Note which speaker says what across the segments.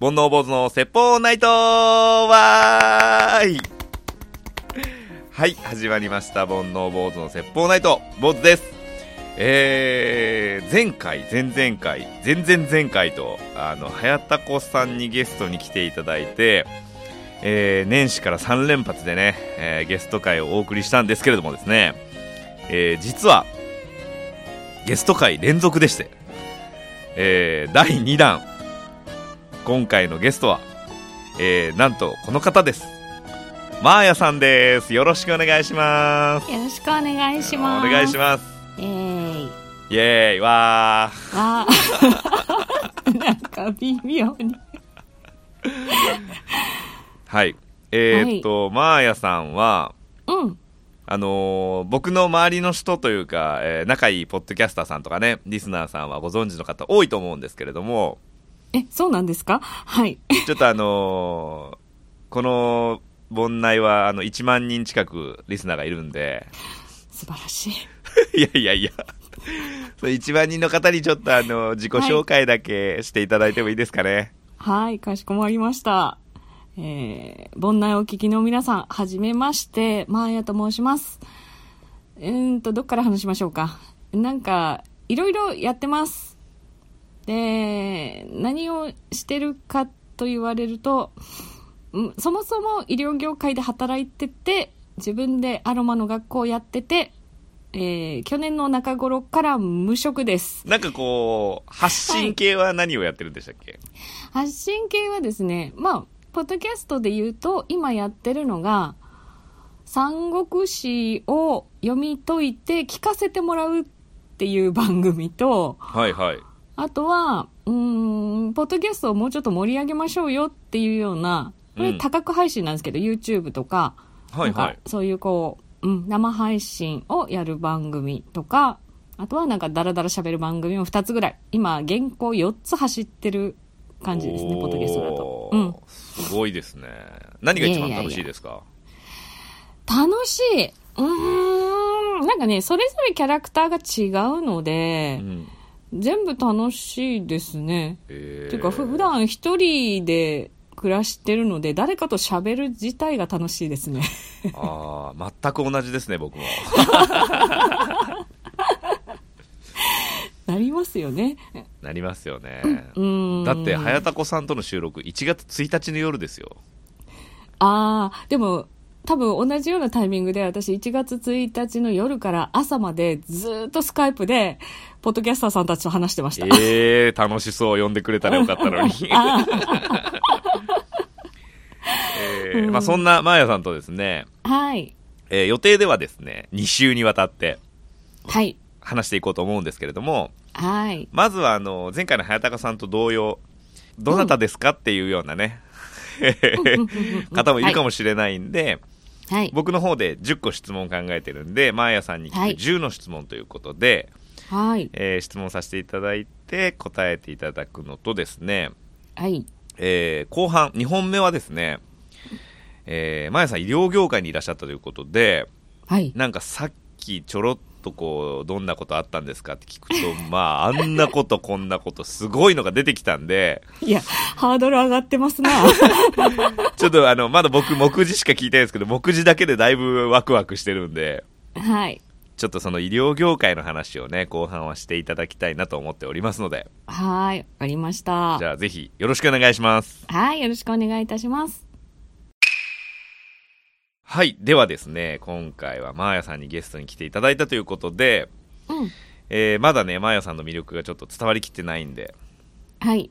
Speaker 1: 煩悩坊主の説法ナイトわーいはい、始まりました。煩悩坊主の説法ナイト、坊主です。えー、前回、前々回、前々前回と、あの、はやたこさんにゲストに来ていただいて、えー年始から3連発でね、えーゲスト会をお送りしたんですけれどもですね、えー実は、ゲスト会連続でして、えー第2弾、今回のゲストは、えーなんとこの方です。マーヤさんです。よろしくお願いします。
Speaker 2: よろしくお願いします。
Speaker 1: お願いしま
Speaker 2: ま
Speaker 1: す。
Speaker 2: す。えーい。
Speaker 1: イエーイ、わー。
Speaker 2: わあ。なんか微妙に。
Speaker 1: はい。えーっと、マーヤさんは、
Speaker 2: うん。
Speaker 1: あのー僕の周りの人というか、えー仲いいポッドキャスターさんとかね、リスナーさんはご存知の方多いと思うんですけれども、
Speaker 2: え、そうなんですかはい。
Speaker 1: ちょっとあのーこの、盆内は、あの、1万人近くリスナーがいるんで、
Speaker 2: 素晴らし い。
Speaker 1: いやいやいや、その1万人の方にちょっとあの、自己紹介だけしていただいてもいいですかね。
Speaker 2: はい、かしこまりました。えー、盆内お聞きの皆さん、はじめまして、まーやと申します。うーんと、どっから話しましょうか。なんか、いろいろやってます。で、何をしてるかと言われると、うんそもそも医療業界で働いてて、自分でアロマの学校をやってて、えー、去年の中頃から無職です。
Speaker 1: なんかこう、発信系は何をやってるんでしたっけ、
Speaker 2: 発信系はですねまあポッドキャストで言うと今やってるのが三国志を読み解いて聞かせてもらうっていう番組と
Speaker 1: はい、はいはい
Speaker 2: あとはうーんポッドキャストをもうちょっと盛り上げましょうよっていうようなこ
Speaker 1: う
Speaker 2: れ
Speaker 1: ん
Speaker 2: 多角配信なんですけど、YouTube とか,、
Speaker 1: はい
Speaker 2: なんかそういうこう、うん、生配信をやる番組とかあとはなんかダラダラ喋る番組も2つぐらい今現行4つ走ってる感じですねポッドキャストだと、
Speaker 1: お
Speaker 2: う
Speaker 1: ー
Speaker 2: ん、
Speaker 1: すごいですね。何が一番楽しいですか
Speaker 2: 楽しいうーんなんかねそれぞれキャラクターが違うので、
Speaker 1: うん。
Speaker 2: 全部楽しいですね、
Speaker 1: え
Speaker 2: っていうかふ普段一人で暮らしてるので誰かと喋る自体が楽しいですね
Speaker 1: ああ、全く同じですね、僕も。
Speaker 2: なりますよね
Speaker 1: なりますよね。
Speaker 2: うーん
Speaker 1: だって、早田子さんとの収録、1月1日の夜ですよ。
Speaker 2: ああでも多分同じようなタイミングで私1月1日の夜から朝までずーっとスカイプでポッドキャスターさんたちと話してました、
Speaker 1: ええ楽しそう。呼んでくれたらよかったの に。えーまあ、そんなマーヤさんとですね、
Speaker 2: はい
Speaker 1: えー予定ではですね、2週にわたって
Speaker 2: はい
Speaker 1: 話していこうと思うんですけれども、
Speaker 2: はい
Speaker 1: まずはあの、前回の早高さんと同様、どなたですかっていうようなね、方もいるかもしれないんで、
Speaker 2: はい
Speaker 1: 僕の方で10個質問考えてるんで、マーヤさんに
Speaker 2: は
Speaker 1: 聞
Speaker 2: い
Speaker 1: く10の質問ということで、
Speaker 2: はい
Speaker 1: えー質問させていただいて答えていただくのとですね、
Speaker 2: はい
Speaker 1: えー後半、2本目はですね、えー、マーヤさん医療業界にいらっしゃったということで、
Speaker 2: はい
Speaker 1: なんかさっきちょろっとこう、どんなことあったんですかって聞くと、まあ、あんなことこんなこと、すごいのが出てきたんで、
Speaker 2: いやハードル上がってますな
Speaker 1: ちょっとあの、まだ僕、目次しか聞いてないですけど、目次だけでだいぶワクワクしてるんで、
Speaker 2: はい
Speaker 1: ちょっとその医療業界の話をね、後半はしていただきたいなと思っておりますので、
Speaker 2: はいわかりました
Speaker 1: じゃあぜひよろしくお願いします。
Speaker 2: はいよろしくお願いいたします
Speaker 1: はい、ではですね、今回はマーヤさんにゲストに来ていただいたということで、
Speaker 2: うん
Speaker 1: えーまだね、マーヤさんの魅力がちょっと伝わりきってないんで、
Speaker 2: はい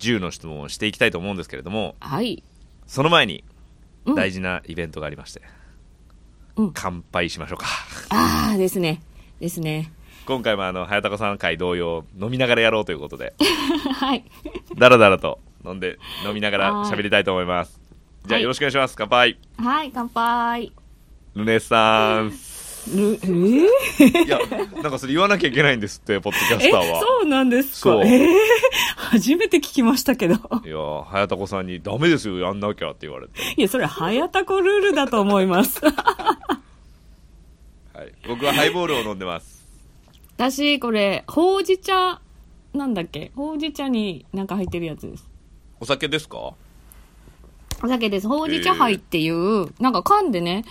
Speaker 1: 10の質問をしていきたいと思うんですけれども、
Speaker 2: はい
Speaker 1: その前に
Speaker 2: うん
Speaker 1: 大事なイベントがありまして、
Speaker 2: うん
Speaker 1: 乾杯しましょうか
Speaker 2: ああですねですね
Speaker 1: 今回もあの早高さん会同様飲みながらやろうということで
Speaker 2: はい
Speaker 1: だらだらと飲んで飲みながら
Speaker 2: はい
Speaker 1: 喋りたいと思いますじゃあ
Speaker 2: はい
Speaker 1: よろしくお願いします乾杯
Speaker 2: はい乾杯
Speaker 1: ルネサ ンス
Speaker 2: るえー
Speaker 1: いやなんかそれ言わなきゃいけないんですってポッドキャス
Speaker 2: え、
Speaker 1: ターは
Speaker 2: そうなんですか
Speaker 1: そう
Speaker 2: えー初めて聞きましたけど。
Speaker 1: いやー早田子さんに「ダメですよやんなきゃ」って言われて、
Speaker 2: いや、それ、はやたこルールだと思います。
Speaker 1: はい、僕はハイボールを飲んでます
Speaker 2: 私、これ、ほうじ茶、なんだっけほうじ茶になんか入ってるやつです。
Speaker 1: お酒ですか
Speaker 2: お酒です。ほうじ茶杯っていう、なんか缶でね、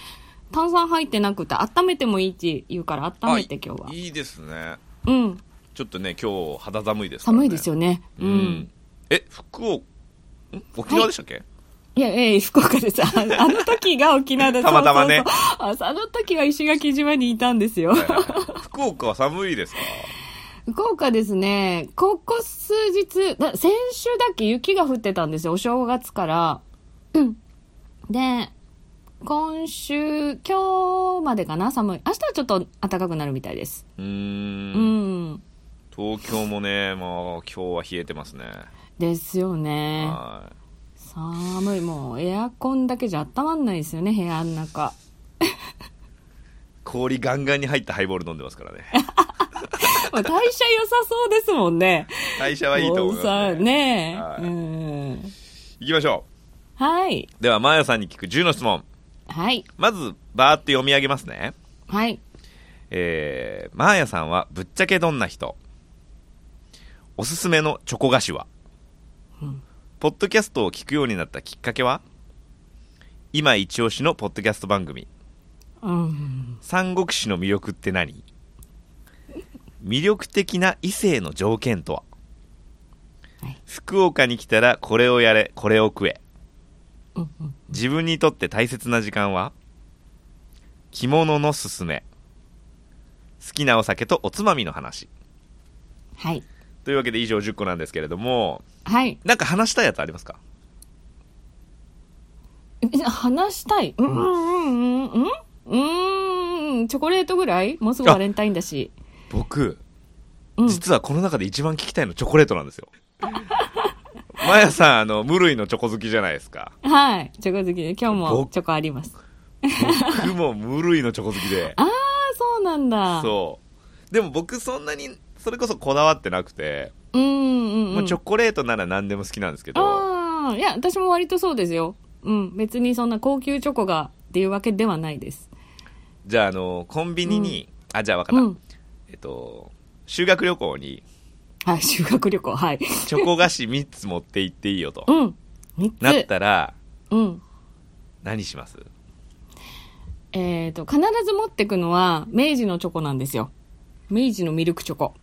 Speaker 2: 炭酸入ってなくて、温めてもいいって言うから、温めて今日は
Speaker 1: あ。いいですね
Speaker 2: うん。
Speaker 1: ちょっとね今日肌寒いですからね、
Speaker 2: 寒いですよね。う。
Speaker 1: うんんえ福岡ん沖縄でしたっけ、
Speaker 2: いや、ええ福岡です。ああの時が沖縄で
Speaker 1: たまたまね
Speaker 2: そうそうそうああの時は石垣島にいたんですよ。
Speaker 1: 福岡は寒いですか
Speaker 2: 福岡ですね、ここ数日、だ先週だっけ雪が降ってたんですよ、お正月から。うん。で、今週、今日までかな、寒い。明日はちょっと暖かくなるみたいです。
Speaker 1: うー
Speaker 2: うんん。
Speaker 1: 東京もねもう今日は冷えてますね
Speaker 2: ですよね。
Speaker 1: は
Speaker 2: 寒い。もう、エアコンだけじゃ温まんないですよね、部屋の中。
Speaker 1: い氷ガンガンに入ったハイボール飲んでますから ね
Speaker 2: もう代謝良さそうですもんね。
Speaker 1: 代謝はいいと思います
Speaker 2: も
Speaker 1: ね
Speaker 2: うさね
Speaker 1: はい
Speaker 2: うん。
Speaker 1: いきましょ
Speaker 2: はい。
Speaker 1: うではマーヤさんに聞く10の質問
Speaker 2: はい。
Speaker 1: まずバーって読み上げますね
Speaker 2: はい。
Speaker 1: えー、マーヤさんはぶっちゃけどんな人おすすめのチョコ菓子は、ポッドキャストを聞くようになったきっかけは今一押しのポッドキャスト番組
Speaker 2: うん。
Speaker 1: 三国志の魅力って何魅力的な異性の条件とは、
Speaker 2: はい
Speaker 1: 福岡に来たらこれをやれこれを食え
Speaker 2: うんうん
Speaker 1: 自分にとって大切な時間は着物のすすめ好きなお酒とおつまみの話
Speaker 2: はい。
Speaker 1: というわけで以上10個なんですけれども
Speaker 2: はい。
Speaker 1: なんか話したいやつありますか
Speaker 2: 話したい。うんうんうんうん。うん、チョコレートぐらいもうすぐバレンタインだし。
Speaker 1: 僕、
Speaker 2: うん
Speaker 1: 実はこの中で一番聞きたいのチョコレートなんです よマヤさんあの無類のチョコ好きじゃないですか
Speaker 2: はい。チョコ好きで。今日も
Speaker 1: 僕
Speaker 2: チョコあります。
Speaker 1: 僕も無類のチョコ好きで
Speaker 2: ああ、そうなんだ。
Speaker 1: そうでも僕そんなにそれこそこだわってなくて、
Speaker 2: う。うんうん、うん。
Speaker 1: まあ、チョコレートなら何でも好きなんですけど
Speaker 2: ああ、いや、私も割とそうですよ。うん。別にそんな高級チョコがっていうわけではないです。
Speaker 1: じゃああのコンビニに、あじゃあ分か
Speaker 2: う
Speaker 1: った、
Speaker 2: ん。
Speaker 1: えっと修学旅行に
Speaker 2: はい、修学旅行。はい。
Speaker 1: チョコ菓子3つ持って行っていいよと
Speaker 2: うん。三
Speaker 1: なっ
Speaker 2: つ。
Speaker 1: たら
Speaker 2: うん。
Speaker 1: 何します
Speaker 2: えっ、と、必ず持ってくのは、明治のチョコなんですよ。明治のミルクチョコ。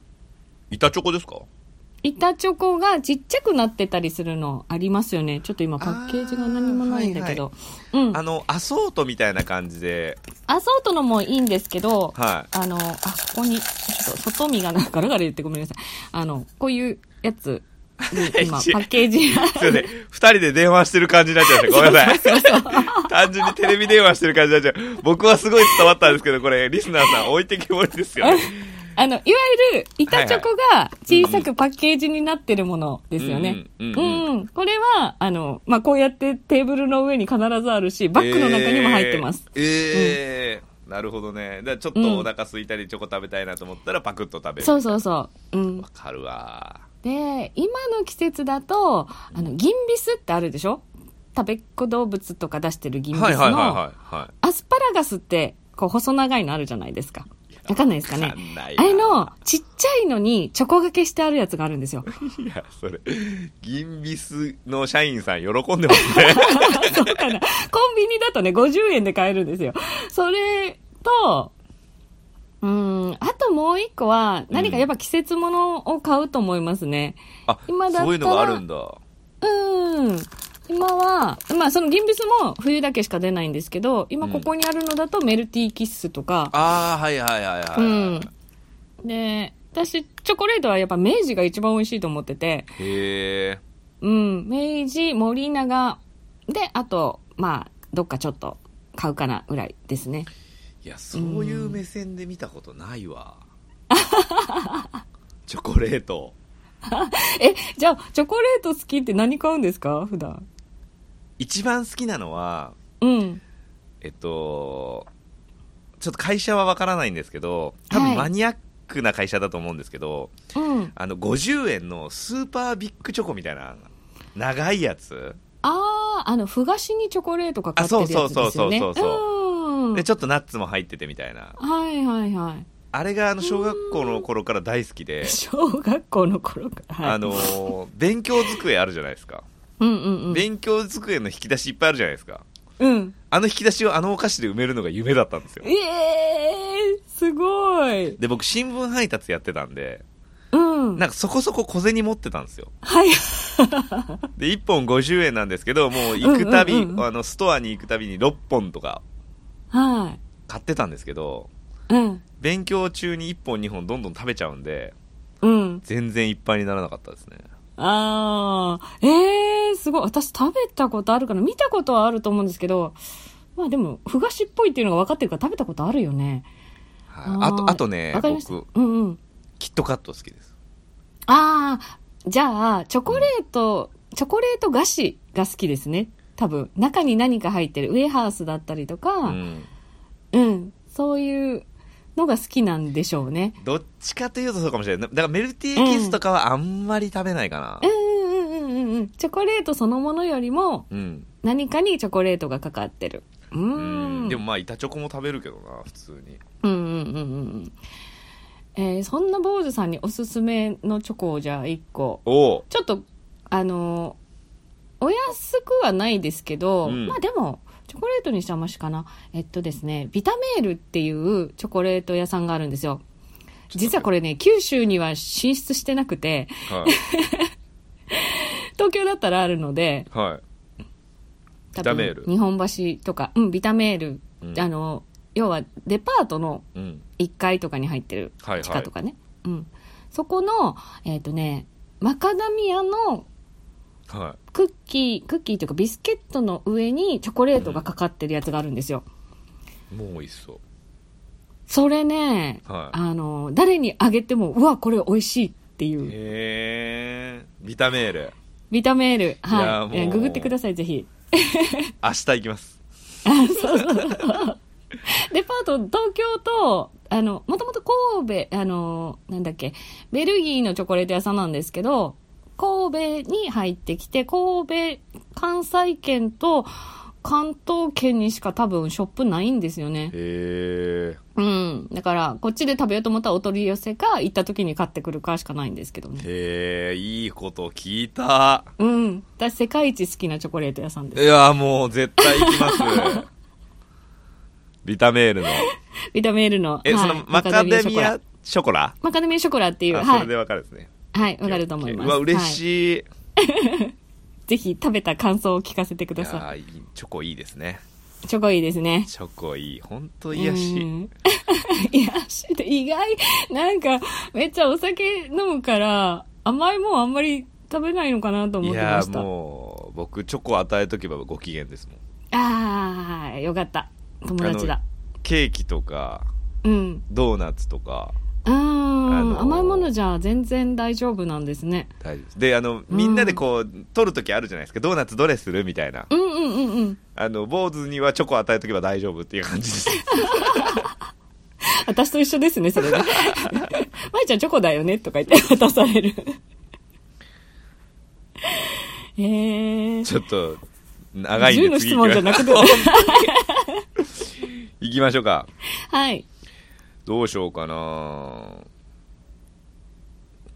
Speaker 1: 板チョコですか
Speaker 2: 板チョコがちっちゃくなってたりするのありますよね。ちょっと今パッケージが何もないんだけど。うん。
Speaker 1: あのアソートみたいな感じで
Speaker 2: アソートのもいいんですけど、
Speaker 1: はい
Speaker 2: あの、あ、ここに、ちょっと外見がなんかガラガラ言ってごめんなさい。あの、こういうやつに今、パ
Speaker 1: 一応
Speaker 2: ッケージが。
Speaker 1: すいません2人で電話してる感じになっちゃいましたごめんなさい
Speaker 2: そうそう
Speaker 1: 単純にテレビ電話してる感じになっちゃう僕はすごい伝わったんですけどこれリスナーさん置いてきぼりですよね
Speaker 2: あの、いわゆる板チョコが小さくパッケージになってるものですよね。
Speaker 1: うんう
Speaker 2: うん
Speaker 1: うんうん
Speaker 2: ん、これは、あの、まあ、こうやってテーブルの上に必ずあるし、バッグの中にも入ってます。。
Speaker 1: えーえーなるほどね。だからちょっとお腹空いたりチョコ食べたいなと思ったらパクッと食べる。
Speaker 2: そうそうそう。うん
Speaker 1: わ。かるわ。
Speaker 2: で、今の季節だと、あの、ギンビスってあるでしょ食べっ子動物とか出してるギンビスの、
Speaker 1: いは
Speaker 2: アスパラガスって、こう、細長いのあるじゃないですか。わかんないですか
Speaker 1: わ
Speaker 2: ね
Speaker 1: かんない。な
Speaker 2: あれの、ちっちゃいのに、チョコがけしてあるやつがあるんで すよ。
Speaker 1: い。いや、それ、ギンビスの社員さん喜んでます ね。
Speaker 2: そうかな。コンビニだとね、50円で買えるんですよ。それと、うん、あともう一個は、何かやっぱ季節物を買うと思いますね。
Speaker 1: あ、
Speaker 2: 今だったら
Speaker 1: そういうのがあるんだ。
Speaker 2: うん。今は、まあそのギンビスも冬だけしか出ないんですけど、今ここにあるのだとメルティーキッスとか、
Speaker 1: ああ、はいはいはいはい。
Speaker 2: うん。で、私、チョコレートはやっぱ明治が一番美味しいと思ってて、
Speaker 1: へえ。
Speaker 2: うん、明治、森永、で、あと、まあ、どっかちょっと買うかなぐらいですね。
Speaker 1: いや、そういう目線で見たことないわ。チョコレート。
Speaker 2: え、じゃあ、チョコレート好きって何買うんですか普段。
Speaker 1: 一番好きなのは、
Speaker 2: うん。
Speaker 1: えっと、ちょっと会社はわからないんですけど、多
Speaker 2: は
Speaker 1: 分
Speaker 2: い
Speaker 1: マニアックな会社だと思うんですけど、
Speaker 2: うん。
Speaker 1: あの、50円のスーパービッグチョコみたいな、長いやつ。
Speaker 2: あー、あの、ふがしにチョコレートか買ってるやつですよね。
Speaker 1: あそうそうそうそうそう
Speaker 2: うん。
Speaker 1: で、ちょっとナッツも入っててみたいな。
Speaker 2: はいはいはい。
Speaker 1: あれが、あの、小学校の頃から大好きで、
Speaker 2: 小学校の頃から。はい
Speaker 1: あのー、勉強机あるじゃないですか。
Speaker 2: うんうんうん。
Speaker 1: 勉強机の引き出しいっぱいあるじゃないですか。
Speaker 2: うん。
Speaker 1: あの引き出しをあのお菓子で埋めるのが夢だったんですよ。
Speaker 2: ええー、すごい。
Speaker 1: で、僕、新聞配達やってたんで、
Speaker 2: うん。
Speaker 1: なんかそこそこ小銭持ってたんですよ。
Speaker 2: はい。
Speaker 1: で、1本50円なんですけど、もう行くたび、
Speaker 2: うんうんうんうん
Speaker 1: あの、ストアに行くたびに6本とか
Speaker 2: は
Speaker 1: 買ってたんですけど、
Speaker 2: い。うん。
Speaker 1: 勉強中に1本2本どんどん食べちゃうんで、
Speaker 2: うん。
Speaker 1: 全然いっぱいにならなかったですね。
Speaker 2: ああ、ええー、すごい。私食べたことあるかな見たことはあると思うんですけど、まあでも、ふがしっぽいっていうのが分かってるから食べたことあるよね。
Speaker 1: はい。あ
Speaker 2: ー
Speaker 1: と、あとね
Speaker 2: わ、かりました。
Speaker 1: 僕、
Speaker 2: うんうん。
Speaker 1: キットカット好きです。
Speaker 2: ああ、じゃあ、チョコレート、チョコレート菓子が好きですね。多分、中に何か入ってる。ウェハースだったりとか、う、
Speaker 1: うんん。
Speaker 2: そういうのが好きなんでしょうね。
Speaker 1: どっちかというとそうかもしれない。だからメルティーキスとかはあんまり食べないかな。
Speaker 2: うんうんうんうんうん。チョコレートそのものよりも、
Speaker 1: うん。
Speaker 2: 何かにチョコレートがかかってる。うーん。
Speaker 1: でもまあ、板チョコも食べるけどな、普通に。
Speaker 2: うんうんうんうんうん。えーそんな坊主さんにおすすめのチョコをじゃあ1個。
Speaker 1: おお。
Speaker 2: ちょっと、あのーお安くはないですけど、
Speaker 1: うん
Speaker 2: まあでも、チョコレートにしたらマシかな。えっとですね、ビタメールっていうチョコレート屋さんがあるんですよ。実はこれね、九州には進出してなくて、
Speaker 1: はい。
Speaker 2: 東京だったらあるので、
Speaker 1: はい。
Speaker 2: 多
Speaker 1: ビタメール
Speaker 2: 分日本橋とか、うん、ビタメール、
Speaker 1: うん
Speaker 2: あの、要はデパートの
Speaker 1: うん。
Speaker 2: 1階とかに入ってる
Speaker 1: はいはい
Speaker 2: 地下とかね、うん、そこの、えっとね、マカダミアの
Speaker 1: は
Speaker 2: クッキークッキーというかビスケットの上にチョコレートがかかってるやつがあるんですよ、
Speaker 1: い。もう美味しそう。
Speaker 2: それね、
Speaker 1: はい
Speaker 2: あの誰にあげてもうわこれ美味しいっていう
Speaker 1: へえ。ビタメール。
Speaker 2: ビタメール
Speaker 1: いや
Speaker 2: は
Speaker 1: もう
Speaker 2: いえーググってくださいぜひ
Speaker 1: 明日行きます。
Speaker 2: そうそうそうデパート東京とあのもともと神戸あのなんだっけベルギーのチョコレート屋さんなんですけど神戸に入ってきて神戸関西圏と関東圏にしか多分ショップないんですよね
Speaker 1: へえ。
Speaker 2: うんだからこっちで食べようと思ったらお取り寄せか行った時に買ってくるかしかないんですけどね
Speaker 1: へえ、いいこと聞いた。
Speaker 2: うん私世界一好きなチョコレート屋さんで
Speaker 1: い
Speaker 2: す
Speaker 1: や、もう絶対行き ます。ビタメールの。
Speaker 2: ビタメールの
Speaker 1: え、
Speaker 2: はい
Speaker 1: そのマカデミア
Speaker 2: ラ
Speaker 1: ショコラ
Speaker 2: マカデミアショコラっていう
Speaker 1: あ、
Speaker 2: は
Speaker 1: それ
Speaker 2: い
Speaker 1: でわかるですね。
Speaker 2: はい、わかると思います。
Speaker 1: うわ、嬉
Speaker 2: はい。
Speaker 1: しい。
Speaker 2: ぜひ食べた感想を聞かせてく
Speaker 1: い
Speaker 2: ださ
Speaker 1: やーいいチョコいいですね。
Speaker 2: い。チョコいいですね。
Speaker 1: チョコいい。ほんと癒し
Speaker 2: う
Speaker 1: い。
Speaker 2: ん。 癒しって意外、なんか、めっちゃお酒飲むから、甘いもんあんまり食べないのかなと
Speaker 1: い
Speaker 2: 思って
Speaker 1: や
Speaker 2: ま
Speaker 1: ー
Speaker 2: した。
Speaker 1: もう、僕、チョコ与えとけばご機嫌ですもん。
Speaker 2: ああ、よかった。友達
Speaker 1: あ
Speaker 2: だ。
Speaker 1: のケーキとか、
Speaker 2: うん。
Speaker 1: ドーナツとか、
Speaker 2: あー
Speaker 1: あのー
Speaker 2: 甘いものじゃ全然大丈夫なんですね。
Speaker 1: 大丈夫です。で、あの、みんなでこう、取るときあるじゃないですか。ドーナツどれするみたいな。
Speaker 2: うんうんうんうん。
Speaker 1: あの、坊主にはチョコ与えとけば大丈夫っていう感じ です。
Speaker 2: 私と一緒ですね、それが。 まいちゃんチョコだよねとか言って渡される。えー。
Speaker 1: ちょっと、長いんで
Speaker 2: 10の
Speaker 1: 次
Speaker 2: 質
Speaker 1: 行
Speaker 2: 問
Speaker 1: き
Speaker 2: じゃ
Speaker 1: ま
Speaker 2: な
Speaker 1: し
Speaker 2: く
Speaker 1: ょう
Speaker 2: て。
Speaker 1: 行きましょうか。
Speaker 2: はい。
Speaker 1: どうしようかな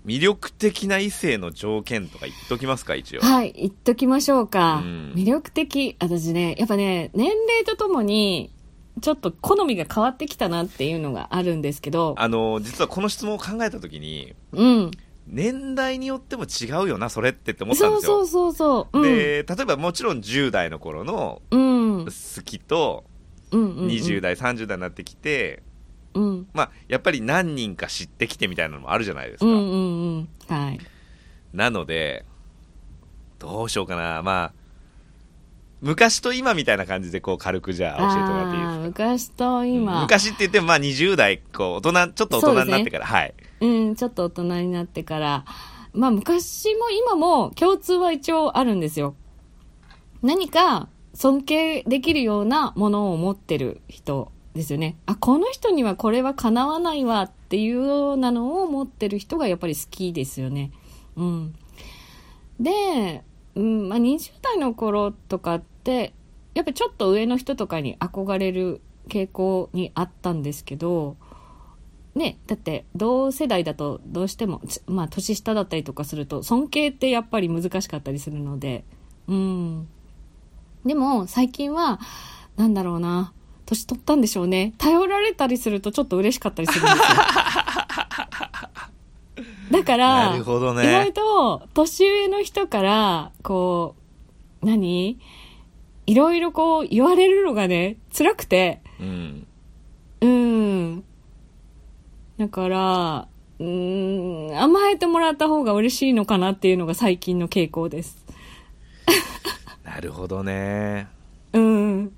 Speaker 1: 魅力的な異性の条件とか言っときますか、一応。
Speaker 2: はい。言っときましょうか。
Speaker 1: うん
Speaker 2: 魅力的。私ね、やっぱね、年齢とともに、ちょっと好みが変わってきたなっていうのがあるんですけど、
Speaker 1: あの、実はこの質問を考えたときに、
Speaker 2: うん。
Speaker 1: 年代によっても違うよな、それってって思ったん
Speaker 2: そ
Speaker 1: で
Speaker 2: う
Speaker 1: すよ。
Speaker 2: そうそうそう。うん。
Speaker 1: で、例えばもちろん10代の頃の
Speaker 2: うん。うん
Speaker 1: 好きと、
Speaker 2: うんうん。
Speaker 1: 20代、30代になってきて、
Speaker 2: うん。
Speaker 1: まあ、やっぱり何人か知ってきてみたいなのもあるじゃないですか。
Speaker 2: うんうんうん。はい。
Speaker 1: なので、どうしようかな。まあ、昔と今みたいな感じでこう軽くじゃあ教えてもらっていいです
Speaker 2: あー
Speaker 1: か
Speaker 2: 昔と今。
Speaker 1: 昔って言ってもまあ20代、こう大人、ちょっと大人になってから、はい。
Speaker 2: うん、ちょっと大人になってから。まあ昔も今も共通は一応あるんですよ。何か尊敬できるようなものを持ってる人ですよね。あ、この人にはこれは叶わないわっていうようなのを持ってる人がやっぱり好きですよね。うん。で、うん、まあ20代の頃とかって、やっぱちょっと上の人とかに憧れる傾向にあったんですけど、ね、だって同世代だとどうしても、つまあ、年下だったりとかすると尊敬ってやっぱり難しかったりするのでうん。でも、最近は、なんだろうな。年取ったんでしょうね。頼られたりするとちょっと嬉しかったりする んですよ。だから、
Speaker 1: なるほどね
Speaker 2: 意外と、年上の人から、こう、何いろいろこう言われるのがね、辛くて。
Speaker 1: うん。
Speaker 2: うん。だから、うーん、甘えてもらった方が嬉しいのかなっていうのが最近の傾向です。
Speaker 1: なるほどね。
Speaker 2: うん。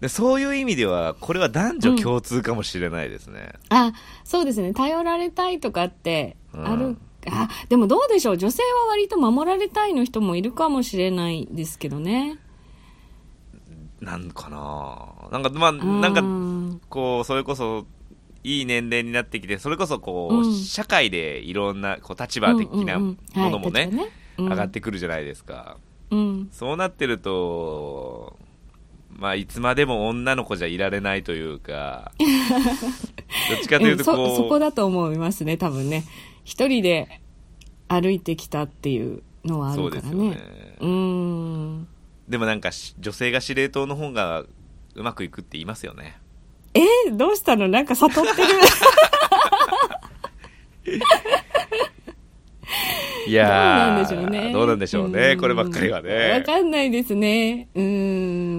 Speaker 1: でそういう意味では、これは男女共通かもしれないですね。
Speaker 2: あ、そうですね。頼られたいとかって、ある、
Speaker 1: うん
Speaker 2: あ、でもどうでしょう。女性は割と守られたいの人もいるかもしれないですけどね。
Speaker 1: なんかななんか、まあ、
Speaker 2: う
Speaker 1: なんか、こう、それこそ、いい年齢になってきて、それこそこう、
Speaker 2: うん
Speaker 1: 社会でいろんな、こう、立場的なものもね、上がっ、てくるじゃないですか。
Speaker 2: うんうんうんはい立場ね
Speaker 1: そうなってると、まあ、いつまでも女の子じゃいられないという か、どっちかと
Speaker 2: うん
Speaker 1: いううんと
Speaker 2: そ、そ
Speaker 1: こ
Speaker 2: こ
Speaker 1: う、
Speaker 2: だと思いますね、多分ね。一人で歩いてきたっていうのはあ
Speaker 1: そ
Speaker 2: る
Speaker 1: う
Speaker 2: か
Speaker 1: です
Speaker 2: ら
Speaker 1: よ
Speaker 2: ね。
Speaker 1: ね。
Speaker 2: うーん。
Speaker 1: でもなんかし、女性が司令塔の方がうまくいくって言いますよね。
Speaker 2: えーどうしたのなんか悟ってる。
Speaker 1: いや
Speaker 2: どうなん
Speaker 1: ー
Speaker 2: でしょうね。
Speaker 1: どうなんでしょうね。
Speaker 2: ん
Speaker 1: こればっかりは
Speaker 2: わ
Speaker 1: ね。
Speaker 2: かんないですね。うー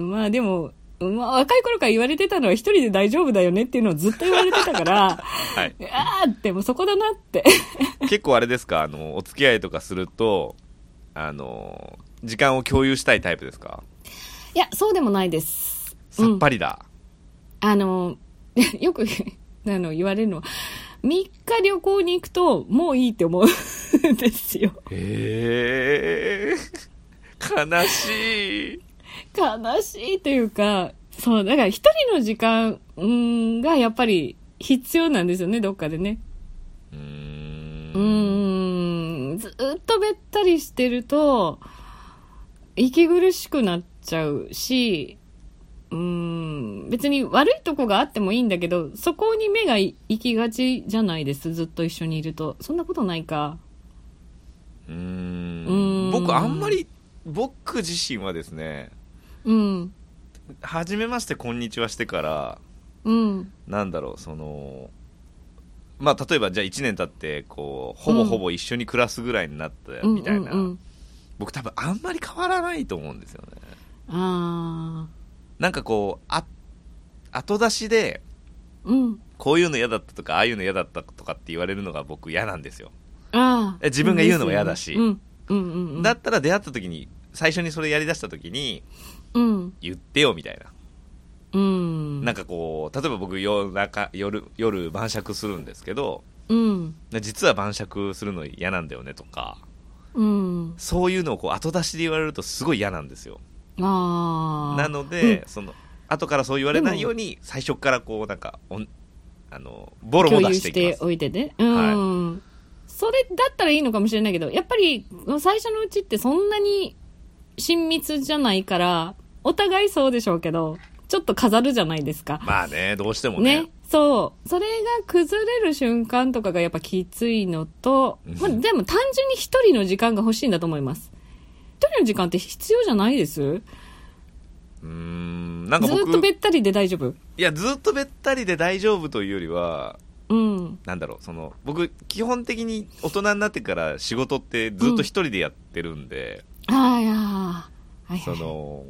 Speaker 2: ん。まあでも、まあ、若い頃から言われてたのは一人で大丈夫だよねっていうのをずっと言われてたから、
Speaker 1: はい。
Speaker 2: あーってもうそこだなって。
Speaker 1: 結構あれですか、あの、お付き合いとかすると、あの、時間を共有したいタイプですか
Speaker 2: いや、そうでもないです。
Speaker 1: さっぱりだ。
Speaker 2: あの、 よくあの言われるのは、3日旅行に行くともういいって思うんですよ。
Speaker 1: へえー、悲しい。
Speaker 2: 悲しいというか、そう、だから一人の時間うーんがやっぱり必要なんですよね、どっかでね。
Speaker 1: うー。
Speaker 2: うんーん、ずっとべったりしてると、息苦しくなっちゃうし、うーん、別に悪いとこがあってもいいんだけど、そこに目がい行きがちじゃないです、ずっと一緒にいると。そんなことないか。
Speaker 1: うー
Speaker 2: うー
Speaker 1: ん
Speaker 2: ん
Speaker 1: 僕、あんまり、僕自身はですね、
Speaker 2: うん、
Speaker 1: 初めまして、こんにちはしてから、
Speaker 2: うん、
Speaker 1: なんだろう、その、まあ、例えば、じゃあ1年経って、こう、ほぼほぼ一緒に暮らすぐらいになった、
Speaker 2: うん、
Speaker 1: みたいな、
Speaker 2: うんうん。
Speaker 1: 僕多分あんまり変わらないと思うんですよね。
Speaker 2: あ
Speaker 1: なんかこう、あ、後出しで、
Speaker 2: ー、うん。
Speaker 1: こういうの嫌だったとか、ああいうの嫌だったとかって言われるのが僕嫌なんですよ。
Speaker 2: ああ。
Speaker 1: え自分が言うのも嫌だし
Speaker 2: うん、うん、うんうん。
Speaker 1: だったら出会った時に、最初にそれやりだした時に、
Speaker 2: うん、
Speaker 1: 言ってよみたいな。
Speaker 2: うん。
Speaker 1: なんかこう、例えば僕夜中、夜、夜晩酌するんですけど、
Speaker 2: うん、
Speaker 1: 実は晩酌するの嫌なんだよねとか、
Speaker 2: うん。
Speaker 1: そういうのをこう後出しで言われるとすごい嫌なんですよ。
Speaker 2: ああ。
Speaker 1: なので、その、後からそう言われないように、最初からこう、なんか、おんあの、ボロ
Speaker 2: 共
Speaker 1: も出
Speaker 2: 有
Speaker 1: し
Speaker 2: して
Speaker 1: いきま
Speaker 2: て
Speaker 1: す。
Speaker 2: おいてね。うん。それだったらいいのかもしれないけど、やっぱり最初のうちってそんなに親密じゃないから、お互いそうでしょうけど、ちょっと飾るじゃないですか。
Speaker 1: まあね、どうしてもね。
Speaker 2: ね。そう。それが崩れる瞬間とかがやっぱきついのと、まあ、でも単純に一人の時間が欲しいんだと思います。一人の時間って必要じゃないです
Speaker 1: うーん、なんか
Speaker 2: ずーっと
Speaker 1: 僕、
Speaker 2: べ
Speaker 1: い
Speaker 2: ったりで大丈夫。
Speaker 1: や、ずっとべったりで大丈夫というよりは、
Speaker 2: うん。
Speaker 1: なんだろう、その、僕、基本的に大人になってから仕事ってずっと一人でやってるんで、
Speaker 2: ああ、いやーはいはい。
Speaker 1: そ、の、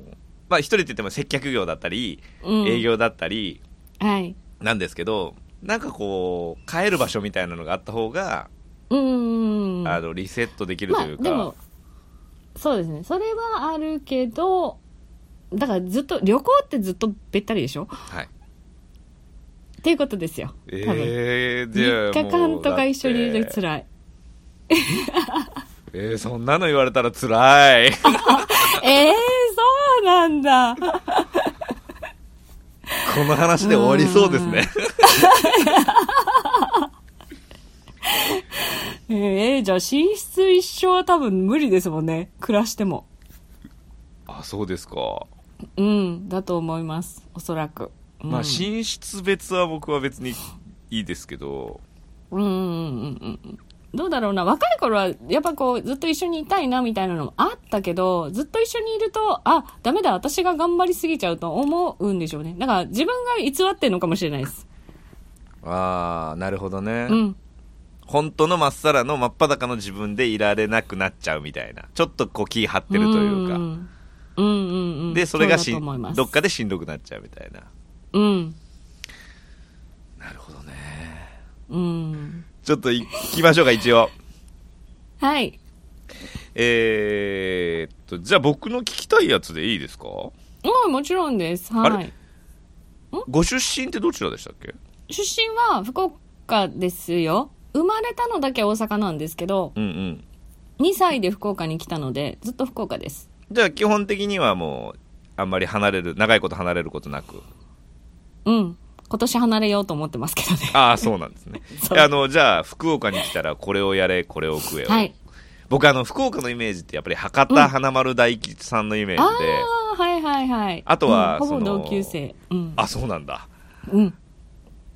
Speaker 1: まあ一人って言っても接客業だったり、
Speaker 2: うん、
Speaker 1: 営。業だったり、
Speaker 2: はい。
Speaker 1: なんですけど、なんかこう、帰る場所みたいなのがあった方が、
Speaker 2: うん。
Speaker 1: あの、リセットできるというか、
Speaker 2: でもそうですねそれはあるけどだからずっと旅行ってずっとべったりでしょ
Speaker 1: はい。
Speaker 2: っていうことですよ多分、
Speaker 1: えー、じゃあ
Speaker 2: 3日間と
Speaker 1: もうだっ
Speaker 2: か
Speaker 1: て
Speaker 2: 一緒にいるとつらい
Speaker 1: えー、そんなの言われたらつらい
Speaker 2: ええー、そうなんだ
Speaker 1: この話で終わりそうですね
Speaker 2: ええじゃあ寝室一生は多分無理ですもんね暮らしても
Speaker 1: あそうですか、
Speaker 2: うんだと思いますおそらく、うん、
Speaker 1: まあ寝室別は僕は別にいいですけど
Speaker 2: うんうんうんうんどうだろうな、若い頃は、やっぱこう、ずっと一緒にいたいな、みたいなのもあったけど、ずっと一緒にいると、あ、ダメだ、私が頑張りすぎちゃうと思うんでしょうね。だから、自分が偽ってんのかもしれないです。
Speaker 1: ああなるほどね、
Speaker 2: うん。
Speaker 1: 本当のまっさらの真っ裸の自分でいられなくなっちゃうみたいなちょっとこう気張ってるというか
Speaker 2: んうんうんうん。
Speaker 1: でそれがし
Speaker 2: うだと思います
Speaker 1: どっかでしんどくなっちゃうみたいな
Speaker 2: うん。
Speaker 1: なるほどね
Speaker 2: うん。
Speaker 1: ちょっと行きましょうか一応
Speaker 2: はい。
Speaker 1: えー、っとじゃあ僕の聞きたいやつでいいですか
Speaker 2: もうもちろんです。
Speaker 1: あ
Speaker 2: は
Speaker 1: れ
Speaker 2: い。
Speaker 1: ご出身ってどちらでしたっけ
Speaker 2: 出身は福岡ですよ。生まれたのだけ大阪なんですけど、
Speaker 1: うんうん
Speaker 2: 2歳で福岡に来たので、ずっと福岡です。
Speaker 1: じゃあ基本的にはもうあんまり離れる長いこと離れることなく
Speaker 2: うん。今年離れようと思ってますけど ね。
Speaker 1: ああそうなんですね
Speaker 2: そう
Speaker 1: あのじゃあ福岡に来たらこれをやれこれを食えを、
Speaker 2: はい。
Speaker 1: 僕あの福岡のイメージってやっぱり博多華丸大吉さんのイメー
Speaker 2: あ
Speaker 1: ジで、
Speaker 2: あ、はいはいはい。
Speaker 1: あとは
Speaker 2: うんほ
Speaker 1: そ
Speaker 2: ぼ
Speaker 1: の
Speaker 2: 同級生。うん。
Speaker 1: あそうなんだ
Speaker 2: うん。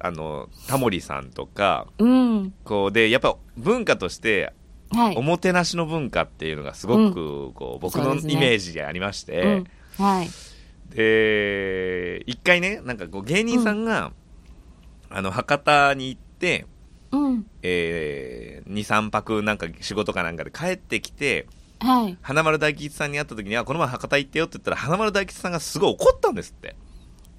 Speaker 1: あのタモリさんとか
Speaker 2: うん。
Speaker 1: こうでやっぱ文化として
Speaker 2: はい
Speaker 1: お。もてなしの文化っていうのがすごくこう僕
Speaker 2: そう
Speaker 1: の
Speaker 2: ですね
Speaker 1: イメージでありまし
Speaker 2: う
Speaker 1: て
Speaker 2: ん。はい。
Speaker 1: で一回ねなんかこう芸人さんが、あの博多に行って、
Speaker 2: うん。
Speaker 1: えー、23泊なんか仕事かなんかで帰ってきて
Speaker 2: はい。
Speaker 1: 花丸大吉さんに会った時に「あこの前博多行ってよ」って言ったら花丸大吉さんがすごい怒ったんですって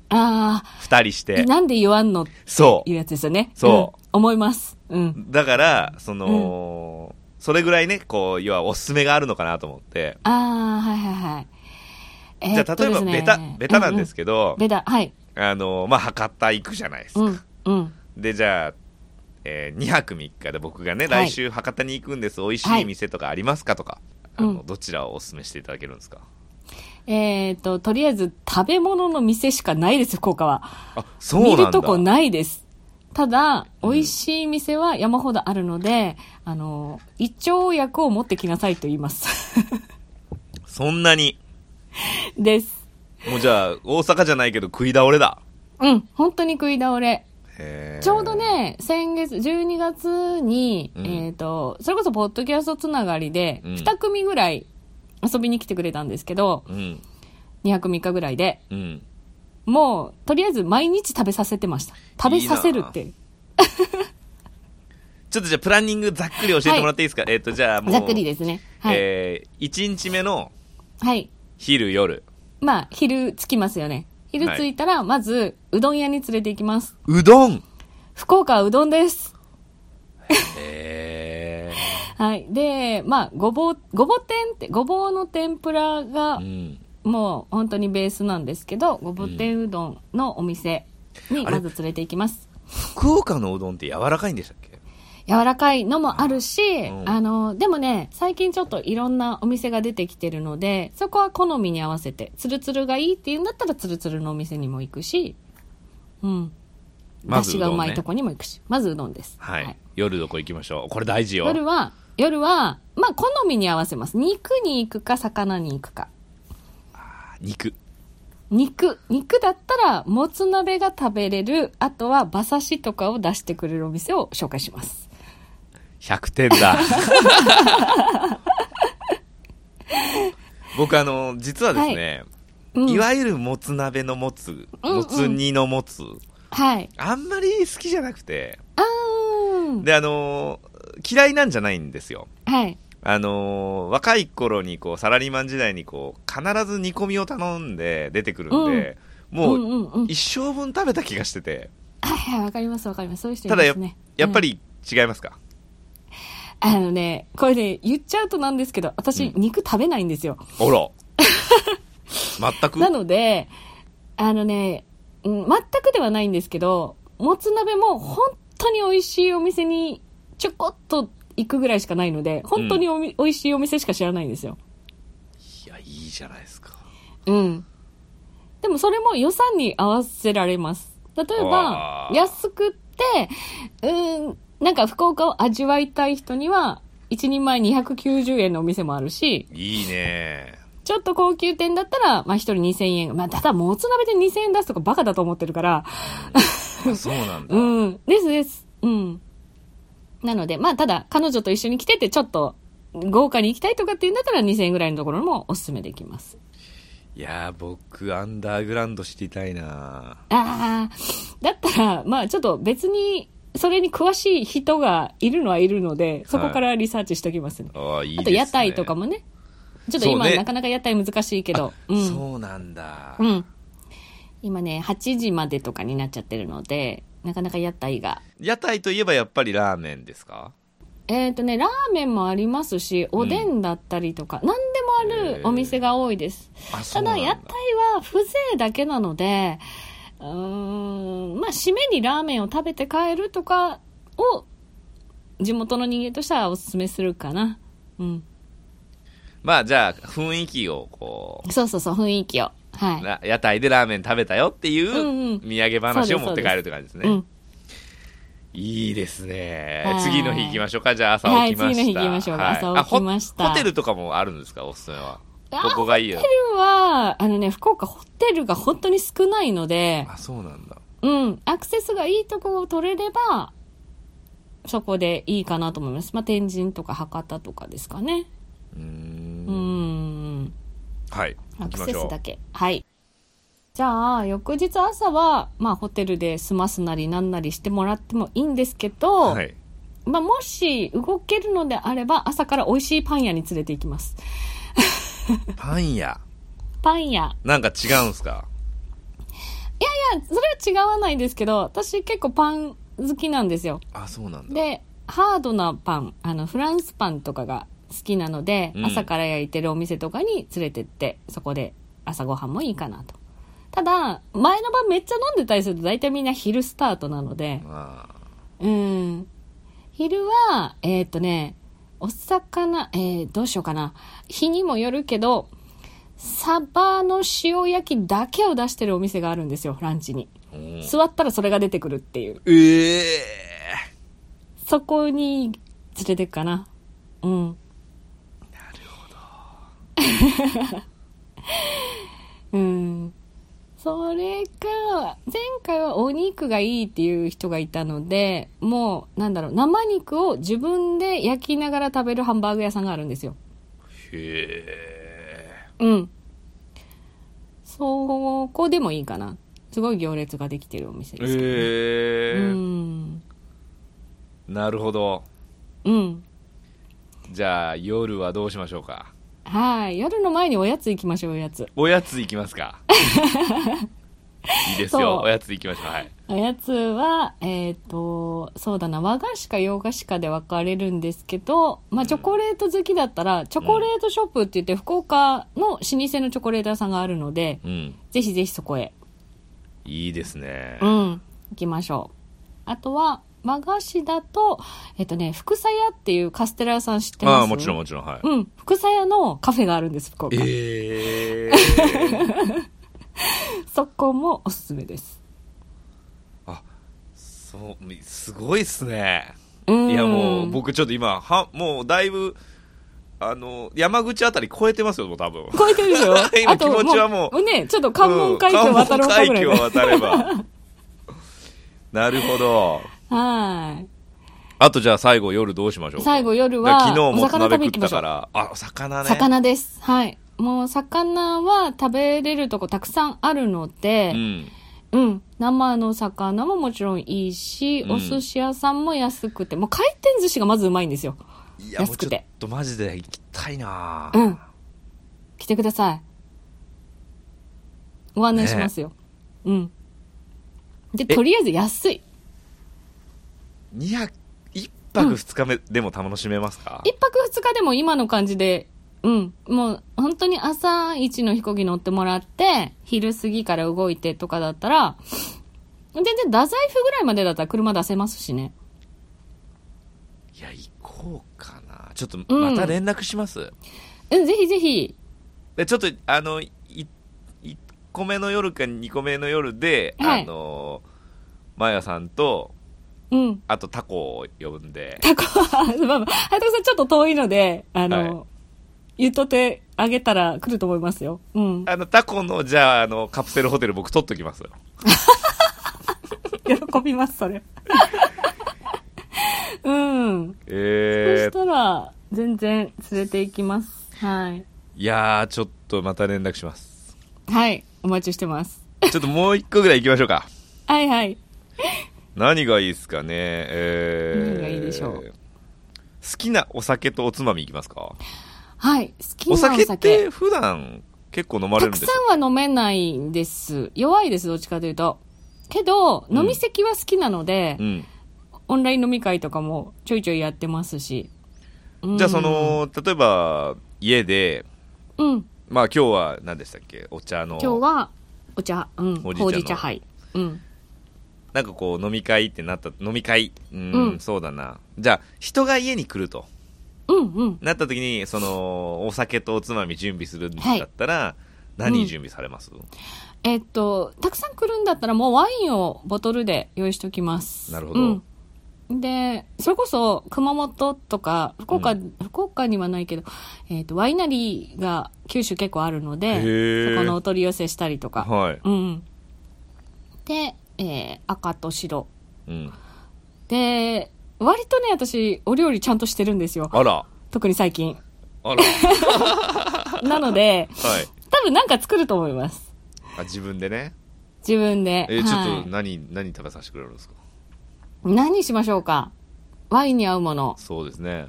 Speaker 2: あ
Speaker 1: 2人し
Speaker 2: あ、
Speaker 1: て
Speaker 2: なんで言わんのって
Speaker 1: そ
Speaker 2: いうやつですよね。
Speaker 1: そ
Speaker 2: うん。思います。うん。
Speaker 1: うだからその、それぐらいねこう要はおすすめがあるのかなと思って、
Speaker 2: ああ、はいはいはい。えーっ
Speaker 1: じゃあ
Speaker 2: と
Speaker 1: 例え
Speaker 2: で
Speaker 1: ば
Speaker 2: すね
Speaker 1: ベタ、ベタなんです
Speaker 2: う
Speaker 1: けど
Speaker 2: う、ベタ、はい。
Speaker 1: あのまあ博多行くじゃないですか、
Speaker 2: うん。うん。
Speaker 1: でじゃあ、え2泊3日で僕がね、
Speaker 2: はい
Speaker 1: 来週博多に行くんです美味し
Speaker 2: はいい
Speaker 1: 店とかありますかとか、あの
Speaker 2: うん
Speaker 1: どちらをおすすめしていただけるんですか、
Speaker 2: えーっと、とりあえず食べ物の店しかないです、福岡は。
Speaker 1: あそうなん
Speaker 2: 見
Speaker 1: だ
Speaker 2: るとこ
Speaker 1: い
Speaker 2: ないです。ただ、
Speaker 1: うん
Speaker 2: 美味しい店は山ほどあるので、あの、胃腸薬を持ってきなさいと言います。
Speaker 1: そんなに
Speaker 2: です。
Speaker 1: もうじゃあ大阪じゃないけど食い倒れだ
Speaker 2: うん、本当に食い倒れ。
Speaker 1: へー
Speaker 2: ちょうどね、先月、12月に、
Speaker 1: うん
Speaker 2: えっ、と、それこそポッドキャストつながりで、
Speaker 1: うん
Speaker 2: 2組ぐらい遊びに来てくれたんですけど、
Speaker 1: うん
Speaker 2: 2泊3日ぐらいで、
Speaker 1: うん
Speaker 2: もう、とりあえず毎日食べさせてました。食べさせるって。
Speaker 1: ちょっとじゃあプランニングざっくり教えてもらっていいですか、えっ、とじゃあもう
Speaker 2: ざっくりですね。はい。
Speaker 1: え1日目の
Speaker 2: はい。
Speaker 1: 昼夜
Speaker 2: まあ、昼着きますよね。昼着いたら、まず、うどん屋に連れて行きます。
Speaker 1: うど ん
Speaker 2: 福岡はうどんです。
Speaker 1: へ
Speaker 2: はい。で、まあ、ごぼう、ごぼ天って、ごぼうの天ぷらが
Speaker 1: ーう、ん
Speaker 2: もう本当にベースなんですけど、ごぼう天うどんのお店に
Speaker 1: あれ
Speaker 2: まず連れて行きます。
Speaker 1: 福岡のうどんって柔らかいんでしたっけ
Speaker 2: 柔らかいのもあるし、
Speaker 1: うん
Speaker 2: あの、でもね、最近ちょっといろんなお店が出てきてるので、そこは好みに合わせて、つるつるがいいっていうんだったらつるつるのお店にも行くし、うん。
Speaker 1: ま
Speaker 2: 出
Speaker 1: ずう
Speaker 2: 汁
Speaker 1: ど
Speaker 2: が
Speaker 1: んね
Speaker 2: うまいとこにも行くし、まずうどんです。
Speaker 1: はい、夜どこ行きましょうこれ大事よ
Speaker 2: 夜は、夜は、まあ、好みに合わせます。肉に行くか、魚に行くか。
Speaker 1: 肉
Speaker 2: 肉、肉だったら、もつ鍋が食べれる、あとは、馬刺しとかを出してくれるお店を紹介します。
Speaker 1: 100点だ 僕あの実はですね、
Speaker 2: うん
Speaker 1: いわゆるもつ鍋のもつ
Speaker 2: うん
Speaker 1: もつ煮のもつ、
Speaker 2: はい。
Speaker 1: あんまり好きじゃなくて
Speaker 2: あーん。
Speaker 1: であの嫌いなんじゃないんですよ
Speaker 2: はい。
Speaker 1: あのー若い頃にこうサラリーマン時代にこう必ず煮込みを頼んで出てくるんで、も
Speaker 2: ん
Speaker 1: う
Speaker 2: うんうん。
Speaker 1: 一生分食べた気がしてて、
Speaker 2: はいはい、わかりますわかります。そういう人い
Speaker 1: た
Speaker 2: ま
Speaker 1: だや,、
Speaker 2: すね。
Speaker 1: やっぱ
Speaker 2: うん、
Speaker 1: り違いますか、
Speaker 2: あのね、これね、言っちゃうとなんですけど、私、
Speaker 1: うん
Speaker 2: 肉食べないんですよ。
Speaker 1: あ ら全く
Speaker 2: なので、あのね、うん全くではないんですけど、もつ鍋も本当に美味しいお店にちょこっと行くぐらいしかないので、本当におみ、美味しいお店しか知らないんですよ。
Speaker 1: いやいいじゃないですか
Speaker 2: うん。でもそれも予算に合わせられます。例えば
Speaker 1: あ、ー
Speaker 2: 安くって、うん、なんか福岡を味わいたい人には、1人前290円のお店もあるし、
Speaker 1: いいね
Speaker 2: ちょっと高級店だったら、まあ一人2000円。まあただもつ鍋で2000円出すとかバカだと思ってるから、
Speaker 1: あそうなんだ、
Speaker 2: うん。ですです。うん。なので、まあ、ただ、彼女と一緒に来てて、ちょっと、豪華に行きたいとかっていうんだったら2000円ぐらいのところもおすすめできます。
Speaker 1: いやー、僕、アンダーグラウンド知りたいな
Speaker 2: ああ、だったら、まあ、ちょっと別に、それに詳しい人がいるのはいるので、そこからリサーチしときますね。
Speaker 1: ああー、いいです
Speaker 2: あと、
Speaker 1: ね。
Speaker 2: 屋台とかもね。ちょっと今、
Speaker 1: そうね
Speaker 2: なかなか屋台難しいけど。うん。
Speaker 1: そうなんだ。
Speaker 2: うん。今ね、8時までとかになっちゃってるので、なかなか屋台が。
Speaker 1: 屋台といえばやっぱりラーメンですか
Speaker 2: えっ、とね、ラーメンもありますし、おでんだったりとか、何でもあるお店が多いです。
Speaker 1: あ、
Speaker 2: ただ、屋台は風情だけなので、うーん、まあ、締めにラーメンを食べて帰るとかを、地元の人間としてはおすすめするかな。うん。
Speaker 1: まあじゃあ、雰囲気をこ
Speaker 2: そうそうそう、雰囲気を。は
Speaker 1: う、
Speaker 2: い。
Speaker 1: ら屋台でラーメン食べたよってい
Speaker 2: うんう
Speaker 1: うん土産話を持って帰るって感じですね。
Speaker 2: うん。
Speaker 1: いいですね
Speaker 2: は。い
Speaker 1: 次の日行きましょうか。じゃあ朝
Speaker 2: はい
Speaker 1: 起きました。
Speaker 2: 次の日行きましょう
Speaker 1: はい
Speaker 2: 朝
Speaker 1: あほ
Speaker 2: 起きました
Speaker 1: ホテルとかもあるんですかおすすめは。
Speaker 2: あ
Speaker 1: ここがいいよ
Speaker 2: ホテ。ルは、あのね、福岡ホテルが本当に少ないので、
Speaker 1: あ、そうなんだ。
Speaker 2: うん、アクセスがいいとこを取れれば、そこでいいかなと思います。まあ、天神とか博多とかですかね。
Speaker 1: うー。
Speaker 2: うんん。
Speaker 1: はい。行
Speaker 2: ア
Speaker 1: き
Speaker 2: ク
Speaker 1: ま
Speaker 2: セ
Speaker 1: しょ
Speaker 2: ス
Speaker 1: う
Speaker 2: だ。け。はい。じゃあ、翌日朝は、まあ、ホテルで済ますなりなんなりしてもらってもいいんですけど、
Speaker 1: はい。
Speaker 2: まあ、もし動けるのであれば、朝から美味しいパン屋に連れて行きます。
Speaker 1: パン屋。
Speaker 2: パン屋。
Speaker 1: なんか違うんすか
Speaker 2: いや、それは違わないですけど、私結構パン好きなんですよ。
Speaker 1: あ、そうなんだ。
Speaker 2: でハードなパンあのフランスパンとかが好きなので、
Speaker 1: うん
Speaker 2: 朝から焼いてるお店とかに連れてってそこで朝ごはんもいいかなとただ前の晩めっちゃ飲んでたりすると大体みんな昼スタートなので
Speaker 1: あー
Speaker 2: うん昼はえーっとねお魚えー、どうしようかな日にもよるけどサバの塩焼きだけを出してるお店があるんですよランチに
Speaker 1: うん
Speaker 2: 座ったらそれが出てくるっていう
Speaker 1: ええ
Speaker 2: そこに連れてくかな。うん。なるほど。 うん。それか、前回はお肉がいいっていう人がいたので、もう、なんだろう、生肉を自分で焼きながら食べるハンバーグ屋さんがあるんですよ。
Speaker 1: へえ。
Speaker 2: うん。そこでもいいかな。すごい行列ができてるお店ですけどね、
Speaker 1: ええ
Speaker 2: うん。
Speaker 1: なるほど。
Speaker 2: うん。
Speaker 1: じゃあ夜はどうしましょうか。
Speaker 2: はい。夜の前におやつ行きましょう、おやつ。
Speaker 1: おやつ行きます か。いいですよ。
Speaker 2: そう
Speaker 1: おやつ行きましょう。はい。
Speaker 2: おやつは、えっ、と、そうだな、和菓子か洋菓子かで分かれるんですけど、まあ、チョコレート好きだったら、チョコレートショップって言って、福岡の老舗のチョコレート屋さんがあるので、
Speaker 1: うん。
Speaker 2: ぜひぜひそこへ、
Speaker 1: いいですね
Speaker 2: う。ん、行きましょう。あとは、和菓子だと、えっ、とね、福さ屋っていうカステラ屋さん知ってます
Speaker 1: ああ、もちろんもちろん。はい。
Speaker 2: うん、福さ屋のカフェがあるんです、福岡。
Speaker 1: ええ
Speaker 2: そこもおすすめです。
Speaker 1: あ、そう、みすごいっすね。
Speaker 2: うん
Speaker 1: いやもう、僕ちょっと今、は、もうだいぶ、あの、山口あたり超えてますよ、もう多分。
Speaker 2: 超えてるでしょ
Speaker 1: 今
Speaker 2: あと
Speaker 1: 気持ちはもう
Speaker 2: うね、ちょっと関門海峡渡ろうかぐらい
Speaker 1: うん
Speaker 2: で
Speaker 1: 関門海峡渡れば。なるほど。
Speaker 2: はい。
Speaker 1: あとじゃあ最後夜どうしましょうか
Speaker 2: 最後夜は
Speaker 1: だから昨日も
Speaker 2: お
Speaker 1: 鍋
Speaker 2: 魚食べ
Speaker 1: 食
Speaker 2: 行
Speaker 1: っ
Speaker 2: きま
Speaker 1: た
Speaker 2: しょう
Speaker 1: から。あ、お魚ね。
Speaker 2: 魚です。はい。もう魚は食べれるとこたくさんあるの
Speaker 1: う
Speaker 2: で、
Speaker 1: ん。
Speaker 2: うん、生の魚ももちろんいいし、
Speaker 1: うん
Speaker 2: お寿司屋さんも安くて、もう回転寿司がまずうまいんですよ。
Speaker 1: いや、もう
Speaker 2: 安
Speaker 1: ち
Speaker 2: く
Speaker 1: ょってとマジで行きたいな
Speaker 2: うん。来てください。ご案内しますよ。うん。で、
Speaker 1: え
Speaker 2: とりあえず安い。
Speaker 1: 二泊、一泊二日目でも楽しめますか
Speaker 2: 一泊二日でも今の感じで、うん。もう、本当に朝一の飛行機乗ってもらって、昼過ぎから動いてとかだったら、全然太宰府ぐらいまでだったら車出せますしね。
Speaker 1: いや、行こうかな。ちょっと、
Speaker 2: うん
Speaker 1: また連絡します。
Speaker 2: うん、ぜひぜひ。
Speaker 1: で、ちょっと、あの、い、1個目の夜か2個目の夜で、
Speaker 2: はい
Speaker 1: あの、マヤさんと、
Speaker 2: うん。
Speaker 1: あとタコを呼んで、
Speaker 2: タコは、まあまあ、はさんちょっと遠いので、あの、
Speaker 1: はい
Speaker 2: 言っとってあげたら来ると思いますよ。うん。
Speaker 1: あの、タコの、じゃあ、あの、カプセルホテル僕取っときますよ。
Speaker 2: 喜びます、それ。ううん。そ
Speaker 1: え
Speaker 2: し
Speaker 1: ー、
Speaker 2: たら、全然連れて行きます。はい。
Speaker 1: いやー、ちょっとまた連絡します。
Speaker 2: はい。お待ちしてます。
Speaker 1: ちょっともう一個ぐらい行きましょうか。
Speaker 2: はいはい。
Speaker 1: 何がいいですかね、えー、
Speaker 2: 何がいいでしょう
Speaker 1: 好きなお酒とおつまみいきますか
Speaker 2: はい。好きな
Speaker 1: お
Speaker 2: お酒
Speaker 1: 酒って普段結構飲まれる
Speaker 2: た
Speaker 1: んで
Speaker 2: く
Speaker 1: す
Speaker 2: さんは飲めないんです。弱いです、どっちかというと。けど、
Speaker 1: ん
Speaker 2: 飲み席は好きなので、
Speaker 1: うん、
Speaker 2: オンライン飲み会とかもちょいちょいやってますし。うん
Speaker 1: じゃあそ、の例えば家で
Speaker 2: うん。
Speaker 1: まあ今日は何でしたっけお茶の
Speaker 2: 今日は、お茶、うん。
Speaker 1: ほうじ茶の
Speaker 2: ほうじ茶杯。うん。
Speaker 1: なんかこう飲み会ってなった飲み会うん、
Speaker 2: うん
Speaker 1: そうだなじゃあ人が家に来ると
Speaker 2: うんうん。
Speaker 1: なった時にそのお酒とおつまみ準備するんだったら、
Speaker 2: う
Speaker 1: 何
Speaker 2: ん
Speaker 1: 準備されます、
Speaker 2: えっと、たくさん来るんだったらもうワインをボトルで用意しときます。
Speaker 1: なるほど
Speaker 2: うんで、それこそ熊本とか福岡、
Speaker 1: う
Speaker 2: 福岡にはないけど、えっと、ワイナリーが九州結構あるの
Speaker 1: へ
Speaker 2: で、
Speaker 1: ー
Speaker 2: そこのお取り寄せしたりとか。
Speaker 1: はい、
Speaker 2: うん。で、えー赤と白。
Speaker 1: うん、
Speaker 2: で、割とね、私、お料理ちゃんとしてるんですよ。
Speaker 1: あら
Speaker 2: 特に最近。
Speaker 1: あらは
Speaker 2: な ので、
Speaker 1: い
Speaker 2: 多分なんか作ると思います。
Speaker 1: あ自分でね
Speaker 2: 自分で。
Speaker 1: えーちょっ
Speaker 2: は
Speaker 1: と何、何食べさせてくれるんですか
Speaker 2: い、何しましょうかワインに合うもの。
Speaker 1: そうですね。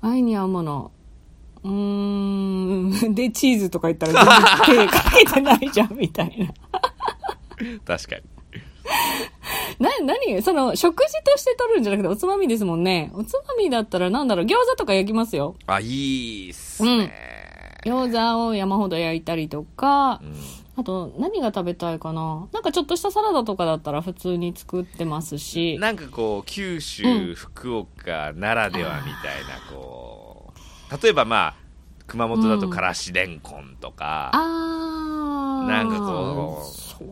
Speaker 2: ワインに合うもの。うーん。で、 チーズとか言ったら全然手かけてないじゃん、みたいな。
Speaker 1: 確かに。
Speaker 2: な、何その、食事として取るんじゃなくて、おつまみですもんね。おつまみだったらなんだろう、餃子とか焼きますよ。
Speaker 1: あ、いいっすね。
Speaker 2: 餃子を山ほど焼いたりとか、
Speaker 1: うん
Speaker 2: あと何が食べたいかななんかちょっとしたサラダとかだったら普通に作ってますし
Speaker 1: なんかこう、九州、
Speaker 2: う
Speaker 1: 福岡ならではみたいな、こう、例えばまあ、熊本だと
Speaker 2: うん
Speaker 1: からしれんこんとか、
Speaker 2: あー
Speaker 1: なんかこう
Speaker 2: そう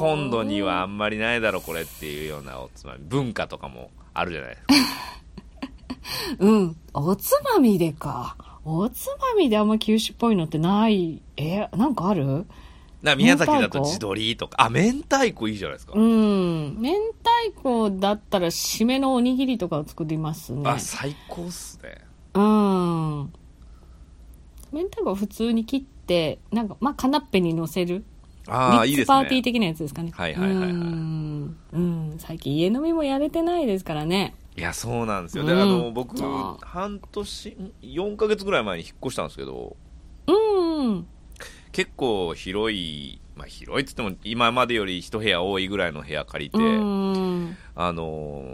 Speaker 1: 本土にはあんまりないだろ、これっていうようなおつまみ、文化とかもあるじゃないですか。
Speaker 2: うんおつまみでかおつまみであんま九州っぽいのってないえなんかある
Speaker 1: なんか宮崎だと
Speaker 2: 明太子
Speaker 1: 地鶏とか、あ、明太子いいじゃないですか
Speaker 2: う。ん明太子だったら締めのおにぎりとかを作りますね
Speaker 1: あ、最高っすね。
Speaker 2: うん明太子を普通に切ってなんかまあカナッペに乗せる
Speaker 1: ああ、い
Speaker 2: リ
Speaker 1: い
Speaker 2: ッ
Speaker 1: で
Speaker 2: ツ
Speaker 1: すね。
Speaker 2: パーティー的なやつですかね。
Speaker 1: はいはいはいはい
Speaker 2: うん。うん。最近家飲みもやれてないですからね。
Speaker 1: いやそうなんですよで、
Speaker 2: うん
Speaker 1: あの僕
Speaker 2: あー
Speaker 1: 半年ん4ヶ月ぐらい前に引っ越したんですけど
Speaker 2: うん。
Speaker 1: 結構広い、まあ、広いっつっても今までより一部屋多いぐらいの部屋借りて、
Speaker 2: うん。
Speaker 1: あの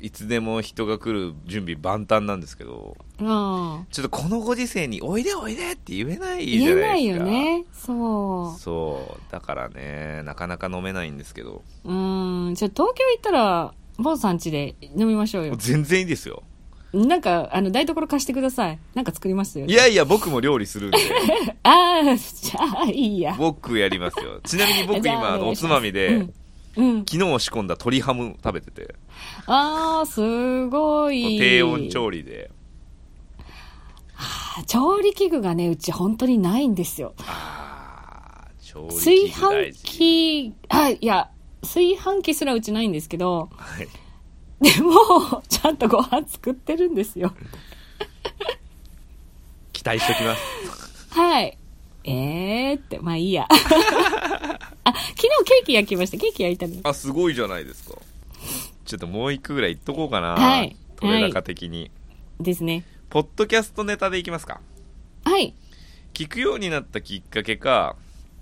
Speaker 1: ーいつでも人が来る準備万端なんですけど
Speaker 2: う
Speaker 1: ち
Speaker 2: ん。
Speaker 1: ょっとこのご時世に「おいでおいで」って言えないじ
Speaker 2: 言
Speaker 1: ゃ
Speaker 2: え
Speaker 1: な
Speaker 2: ないい
Speaker 1: ですか
Speaker 2: よね。そ
Speaker 1: そうだからねなかなか飲めないんですけど
Speaker 2: う。うん。ちょ、東京行ったら、坊さん家で飲みましょうよ。
Speaker 1: 全然いいですよ
Speaker 2: なんか、あの、台所貸してください。なんか作りますよ。
Speaker 1: いやいや僕も料理するんで
Speaker 2: ああ、じゃあ、いいや。
Speaker 1: 僕やりますよちなみに僕
Speaker 2: じゃあ
Speaker 1: 今あの
Speaker 2: お願
Speaker 1: お
Speaker 2: いし
Speaker 1: つ
Speaker 2: ます
Speaker 1: まみで、
Speaker 2: うんうん。
Speaker 1: 昨日仕込んだ鶏ハム食べてて、
Speaker 2: ああ、すごい。
Speaker 1: 低温調理で
Speaker 2: 調理器具がね、うち本当にないんですよ。
Speaker 1: あー調
Speaker 2: 炊
Speaker 1: 理器具
Speaker 2: 飯
Speaker 1: 大事
Speaker 2: 器、あ、いや、炊飯器すらうちないんですけど、
Speaker 1: はい
Speaker 2: でも、ちゃんとご飯作ってるんですよ。
Speaker 1: 期待しときます
Speaker 2: はい。えーって、まあい いや。あ、昨日ケーキ焼きました。ケーキ焼いたの。
Speaker 1: あすごいじゃないですかちょっともう一個ぐらいいっとこうかな、
Speaker 2: はい
Speaker 1: 取れ高的に、
Speaker 2: ですね。
Speaker 1: ポッドキャストネタでいきますか
Speaker 2: はい。
Speaker 1: 聞くようになったきっかけか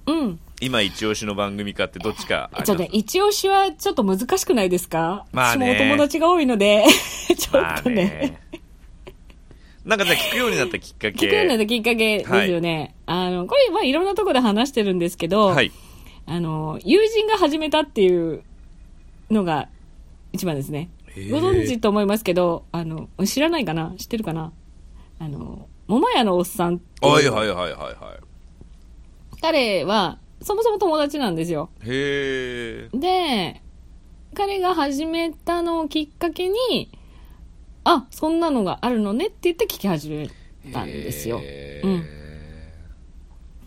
Speaker 2: うん。
Speaker 1: 今一押しの番組かってどっちかあります
Speaker 2: ちょっとね、一押しはちょっと難しくないですか
Speaker 1: まあね
Speaker 2: 私もお友達が多いので、 ちょ
Speaker 1: ま
Speaker 2: っ
Speaker 1: あ
Speaker 2: とね。
Speaker 1: ねなんかじゃあ聞くようになったきっかけ
Speaker 2: 聞くようになったきっかけですよね。あの、これ、まあいろんなところで話してるんですけど、
Speaker 1: はい
Speaker 2: あの、友人が始めたっていうのが一番ですね。
Speaker 1: へー
Speaker 2: ご存知と思いますけど、あの、知らないかな知ってるかなあの、桃屋のおっさんっていう
Speaker 1: はいはいはいはいは
Speaker 2: 彼は、そもそも友達なんですよ。
Speaker 1: いへえ
Speaker 2: で、彼が始めたのをきっかけに、あ、そんなのがあるのねって言って聞き始めたんですよ。
Speaker 1: へ
Speaker 2: うん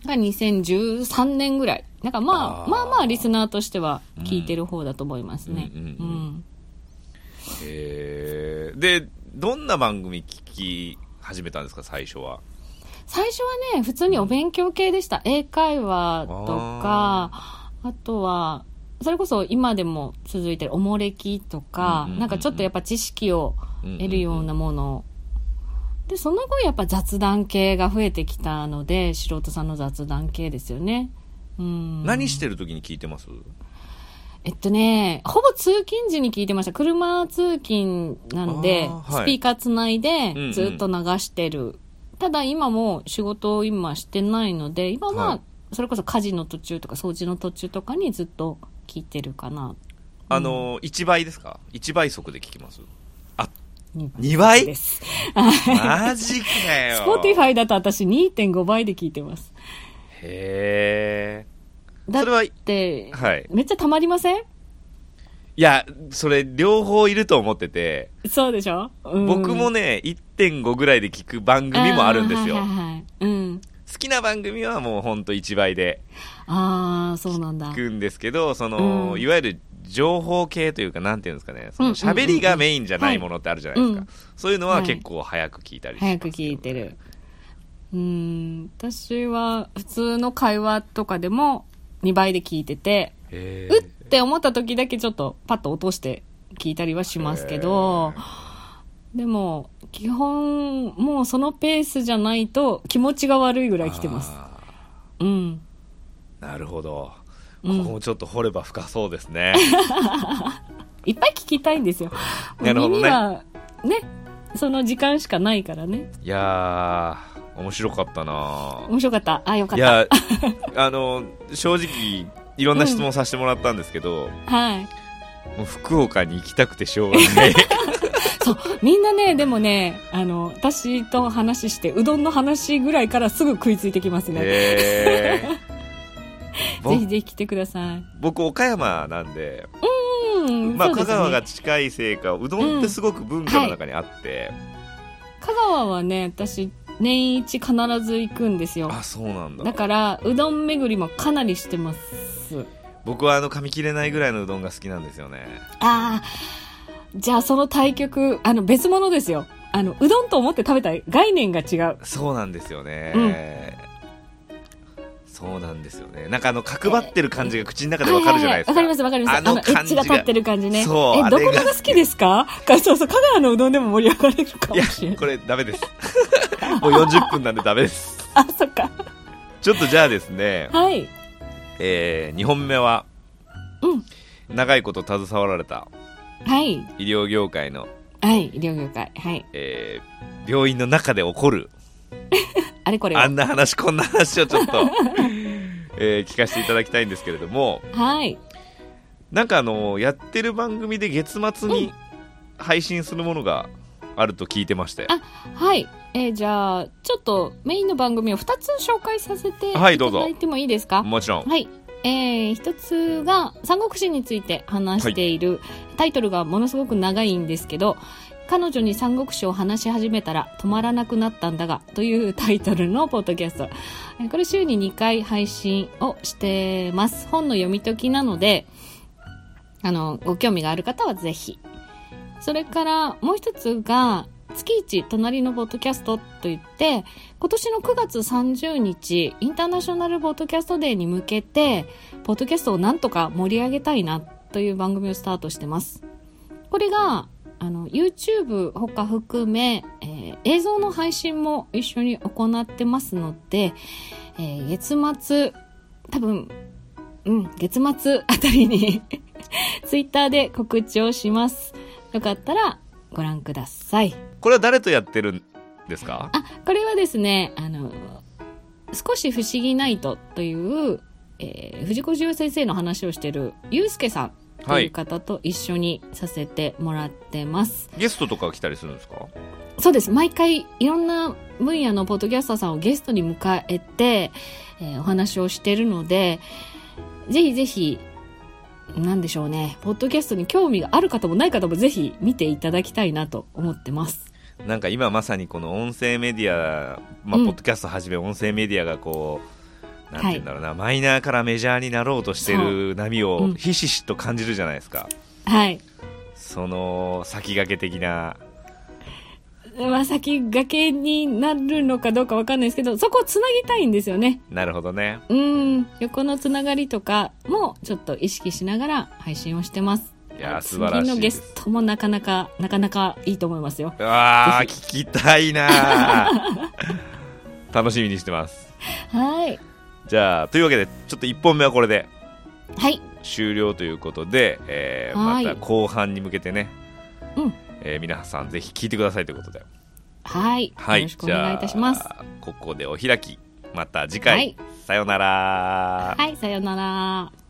Speaker 1: ー
Speaker 2: が2013年ぐらい。なんかまあ、
Speaker 1: あー
Speaker 2: まあまあリスナーとしては聞いてる方だと思いますね。
Speaker 1: うんうんう
Speaker 2: うん
Speaker 1: うん
Speaker 2: ん
Speaker 1: へえで、どんな番組聞き始めたんですか、最初は。
Speaker 2: 最初はね、普通にお勉強系でした。英会話とか、あとは、それこそ今でも続いてるおもれきと
Speaker 1: う
Speaker 2: か
Speaker 1: んうんうんう、ん
Speaker 2: なんかちょっとやっぱ知識を得るようなもの。で、その後やっぱ雑談系が増えてきたので、素人さんの雑談系ですよね。うん。
Speaker 1: 何してる時に聞いてます
Speaker 2: えっとね、ほぼ通勤時に聞いてました。車通勤なんで、
Speaker 1: あーはい
Speaker 2: スピーカーつないで
Speaker 1: うんうん
Speaker 2: ずっと流してる。ただ今も仕事を今してないので、今は
Speaker 1: はい
Speaker 2: それこそ家事の途中とか掃除の途中とかにずっと聞いてるかな。
Speaker 1: あの、1倍ですか ?1 倍速で聞きます。
Speaker 2: 2
Speaker 1: 二倍
Speaker 2: です。
Speaker 1: マジかよ。
Speaker 2: スポティファイだと私2.5倍で聞いてます。
Speaker 1: へ
Speaker 2: だっ
Speaker 1: それは
Speaker 2: て
Speaker 1: え。、はい。
Speaker 2: めっちゃたまりません
Speaker 1: いや、それ、両方いると思ってて、
Speaker 2: そうでしょ、うん
Speaker 1: 僕もね、1.5ぐらいで聞く番組もあるんですよ
Speaker 2: あーは。いはいはいうん。
Speaker 1: 好きな番組はもうほんと1倍で
Speaker 2: ああ、そうなんだ。
Speaker 1: 聞くんですけど、その、
Speaker 2: うん
Speaker 1: いわゆる情報系というか、なんていうんですかね、そ
Speaker 2: う
Speaker 1: の
Speaker 2: んうんうんうん
Speaker 1: 喋りがメインじゃないものってあるじゃないですか。
Speaker 2: はいうん
Speaker 1: そういうのは
Speaker 2: はい
Speaker 1: 結構早く聞いたりします
Speaker 2: 早く聞いてるうーん私は普通の会話とかでも2倍で聞いてて、
Speaker 1: へ
Speaker 2: うって思った時だけちょっとパッと落として聞いたりはしますけど、でも基本もうそのペースじゃないと気持ちが悪いぐらい来てます
Speaker 1: あ
Speaker 2: うん
Speaker 1: ーなるほど。ここ
Speaker 2: うん
Speaker 1: もちょっと掘れば深そうです ね。
Speaker 2: いっぱい聞きたいんですよ
Speaker 1: なるほどね
Speaker 2: 耳はねその時間しかないからね
Speaker 1: いやー、面白かったな
Speaker 2: 面白かったあよか
Speaker 1: い
Speaker 2: った
Speaker 1: や、あの、正直、いろんな質問させてもらったんですけど、
Speaker 2: はい
Speaker 1: もう福岡に行きたくてし ょうがない。
Speaker 2: そう、みんなね、でもね、あの、私と話して、うどんの話ぐらいからすぐ食いついてきますね。
Speaker 1: へー
Speaker 2: ぜひぜひ来てください。
Speaker 1: 僕岡山なんで、
Speaker 2: うん、
Speaker 1: まあ、
Speaker 2: そうで
Speaker 1: 香
Speaker 2: すね
Speaker 1: 川が近いせいかうどんってすごく文化の中にあって、
Speaker 2: 香川はね、私、年一必ず行くんですよ。
Speaker 1: あそうなんだ
Speaker 2: だから、うどん巡りもかなりしてます。
Speaker 1: 僕はあの噛み切れないぐらいのうどんが好きなんですよね
Speaker 2: ああ、じゃあその対局、あの、別物ですよ。あの、うどんと思って食べた概念が違う。
Speaker 1: そうなんですよね、そうなんですよねなんかあの角張ってる感じが口の中でわかるじゃないですか、
Speaker 2: はいはいはいわかりますわかります。あの、エッジが立ってる感じね。
Speaker 1: そうあれ
Speaker 2: え、ど
Speaker 1: が
Speaker 2: このが好きですか かそうそう、香川のうどんでも盛り上がれるかも
Speaker 1: い
Speaker 2: しれな
Speaker 1: や
Speaker 2: い。
Speaker 1: これダメです もう40分なんでダメです
Speaker 2: あ、そっか。
Speaker 1: ちょっとじゃあですね、
Speaker 2: はい。
Speaker 1: え2本目は、
Speaker 2: うん
Speaker 1: 長いこと携わられた
Speaker 2: はい。
Speaker 1: 医療業界の、
Speaker 2: はい。医療業界。はい。
Speaker 1: えー病院の中で起こる
Speaker 2: あれこれ
Speaker 1: あ
Speaker 2: は。
Speaker 1: んな話、こんな話をちょっと、 えー聞かせていただきたいんですけれども、
Speaker 2: はい。
Speaker 1: なんかあの、やってる番組で月末に配信するものがあると聞いてまして。
Speaker 2: あはい。えーじゃあ、ちょっとメインの番組を2つ紹介させてい
Speaker 1: はいど
Speaker 2: た
Speaker 1: うぞ
Speaker 2: だいてもいいですか
Speaker 1: もちろん。
Speaker 2: はい。えー、一つが、三国志について話している、タイトルがものすごく長いんですけど、彼女に三国志を話し始めたら止まらなくなったんだが、というタイトルのポッドキャスト。えーこれ週に2回配信をしてます。本の読み解きなので、あの、ご興味がある方はぜひ。それから、もう一つが、月一隣のポッドキャストと言って、今年の9月30日、インターナショナルポッドキャストデーに向けて、ポッドキャストをなんとか盛り上げたいなという番組をスタートしてます。これが、あの、YouTube ほか含め、えー映像の配信も一緒に行ってますので、えー月末、多分、うん、月末あたりに、Twitter で告知をします。よかったらご覧ください。
Speaker 1: これは誰とやってるんですか
Speaker 2: あ、これはですね、あの、少し不思議ナイトという、えー藤子不二雄先生の話をしている、ゆうすけさんと
Speaker 1: はいいう
Speaker 2: 方と一緒にさせてもらってます。
Speaker 1: ゲストとか来たりするんですか
Speaker 2: そうです。毎回、いろんな分野のポッドキャスターさんをゲストに迎えて、えーお話をしているので、ぜひぜひ、なんでしょうね、ポッドキャストに興味がある方もない方もぜひ見ていただきたいなと思ってます。
Speaker 1: なんか今まさにこの音声メディア、まあ、
Speaker 2: うん
Speaker 1: ポッドキャストはじめ音声メディアがこう、なんて言うんだろうな、マイナーからメジャーになろうとしてる波
Speaker 2: う
Speaker 1: を
Speaker 2: ん
Speaker 1: ひしひしと感じるじゃないですか。
Speaker 2: はい。
Speaker 1: その先駆け的な
Speaker 2: まあ、先駆けになるのかどうかわかんないですけど、そこをつなぎたいんですよね。
Speaker 1: なるほどね。
Speaker 2: うん、横のつながりとかもちょっと意識しながら配信をしてます。
Speaker 1: いやー素晴らし
Speaker 2: 次
Speaker 1: い
Speaker 2: の
Speaker 1: で
Speaker 2: ゲ
Speaker 1: す。
Speaker 2: ストもなかなか、なかなかいいと思いますよ。
Speaker 1: うわあ、聞きたいなー 楽しみにしてます。
Speaker 2: はい。
Speaker 1: じゃあ、というわけで、ちょっと1本目はこれで
Speaker 2: はい。
Speaker 1: 終了ということで、えー
Speaker 2: は
Speaker 1: ま
Speaker 2: い
Speaker 1: た後半に向けてね、
Speaker 2: うん。
Speaker 1: えー皆さんぜひ聞いてくださいということで。
Speaker 2: はい。
Speaker 1: はい。
Speaker 2: よろしくお願いいたします。
Speaker 1: じゃあここでお開き。また次回。
Speaker 2: はい
Speaker 1: さようなら。
Speaker 2: はい、さようなら。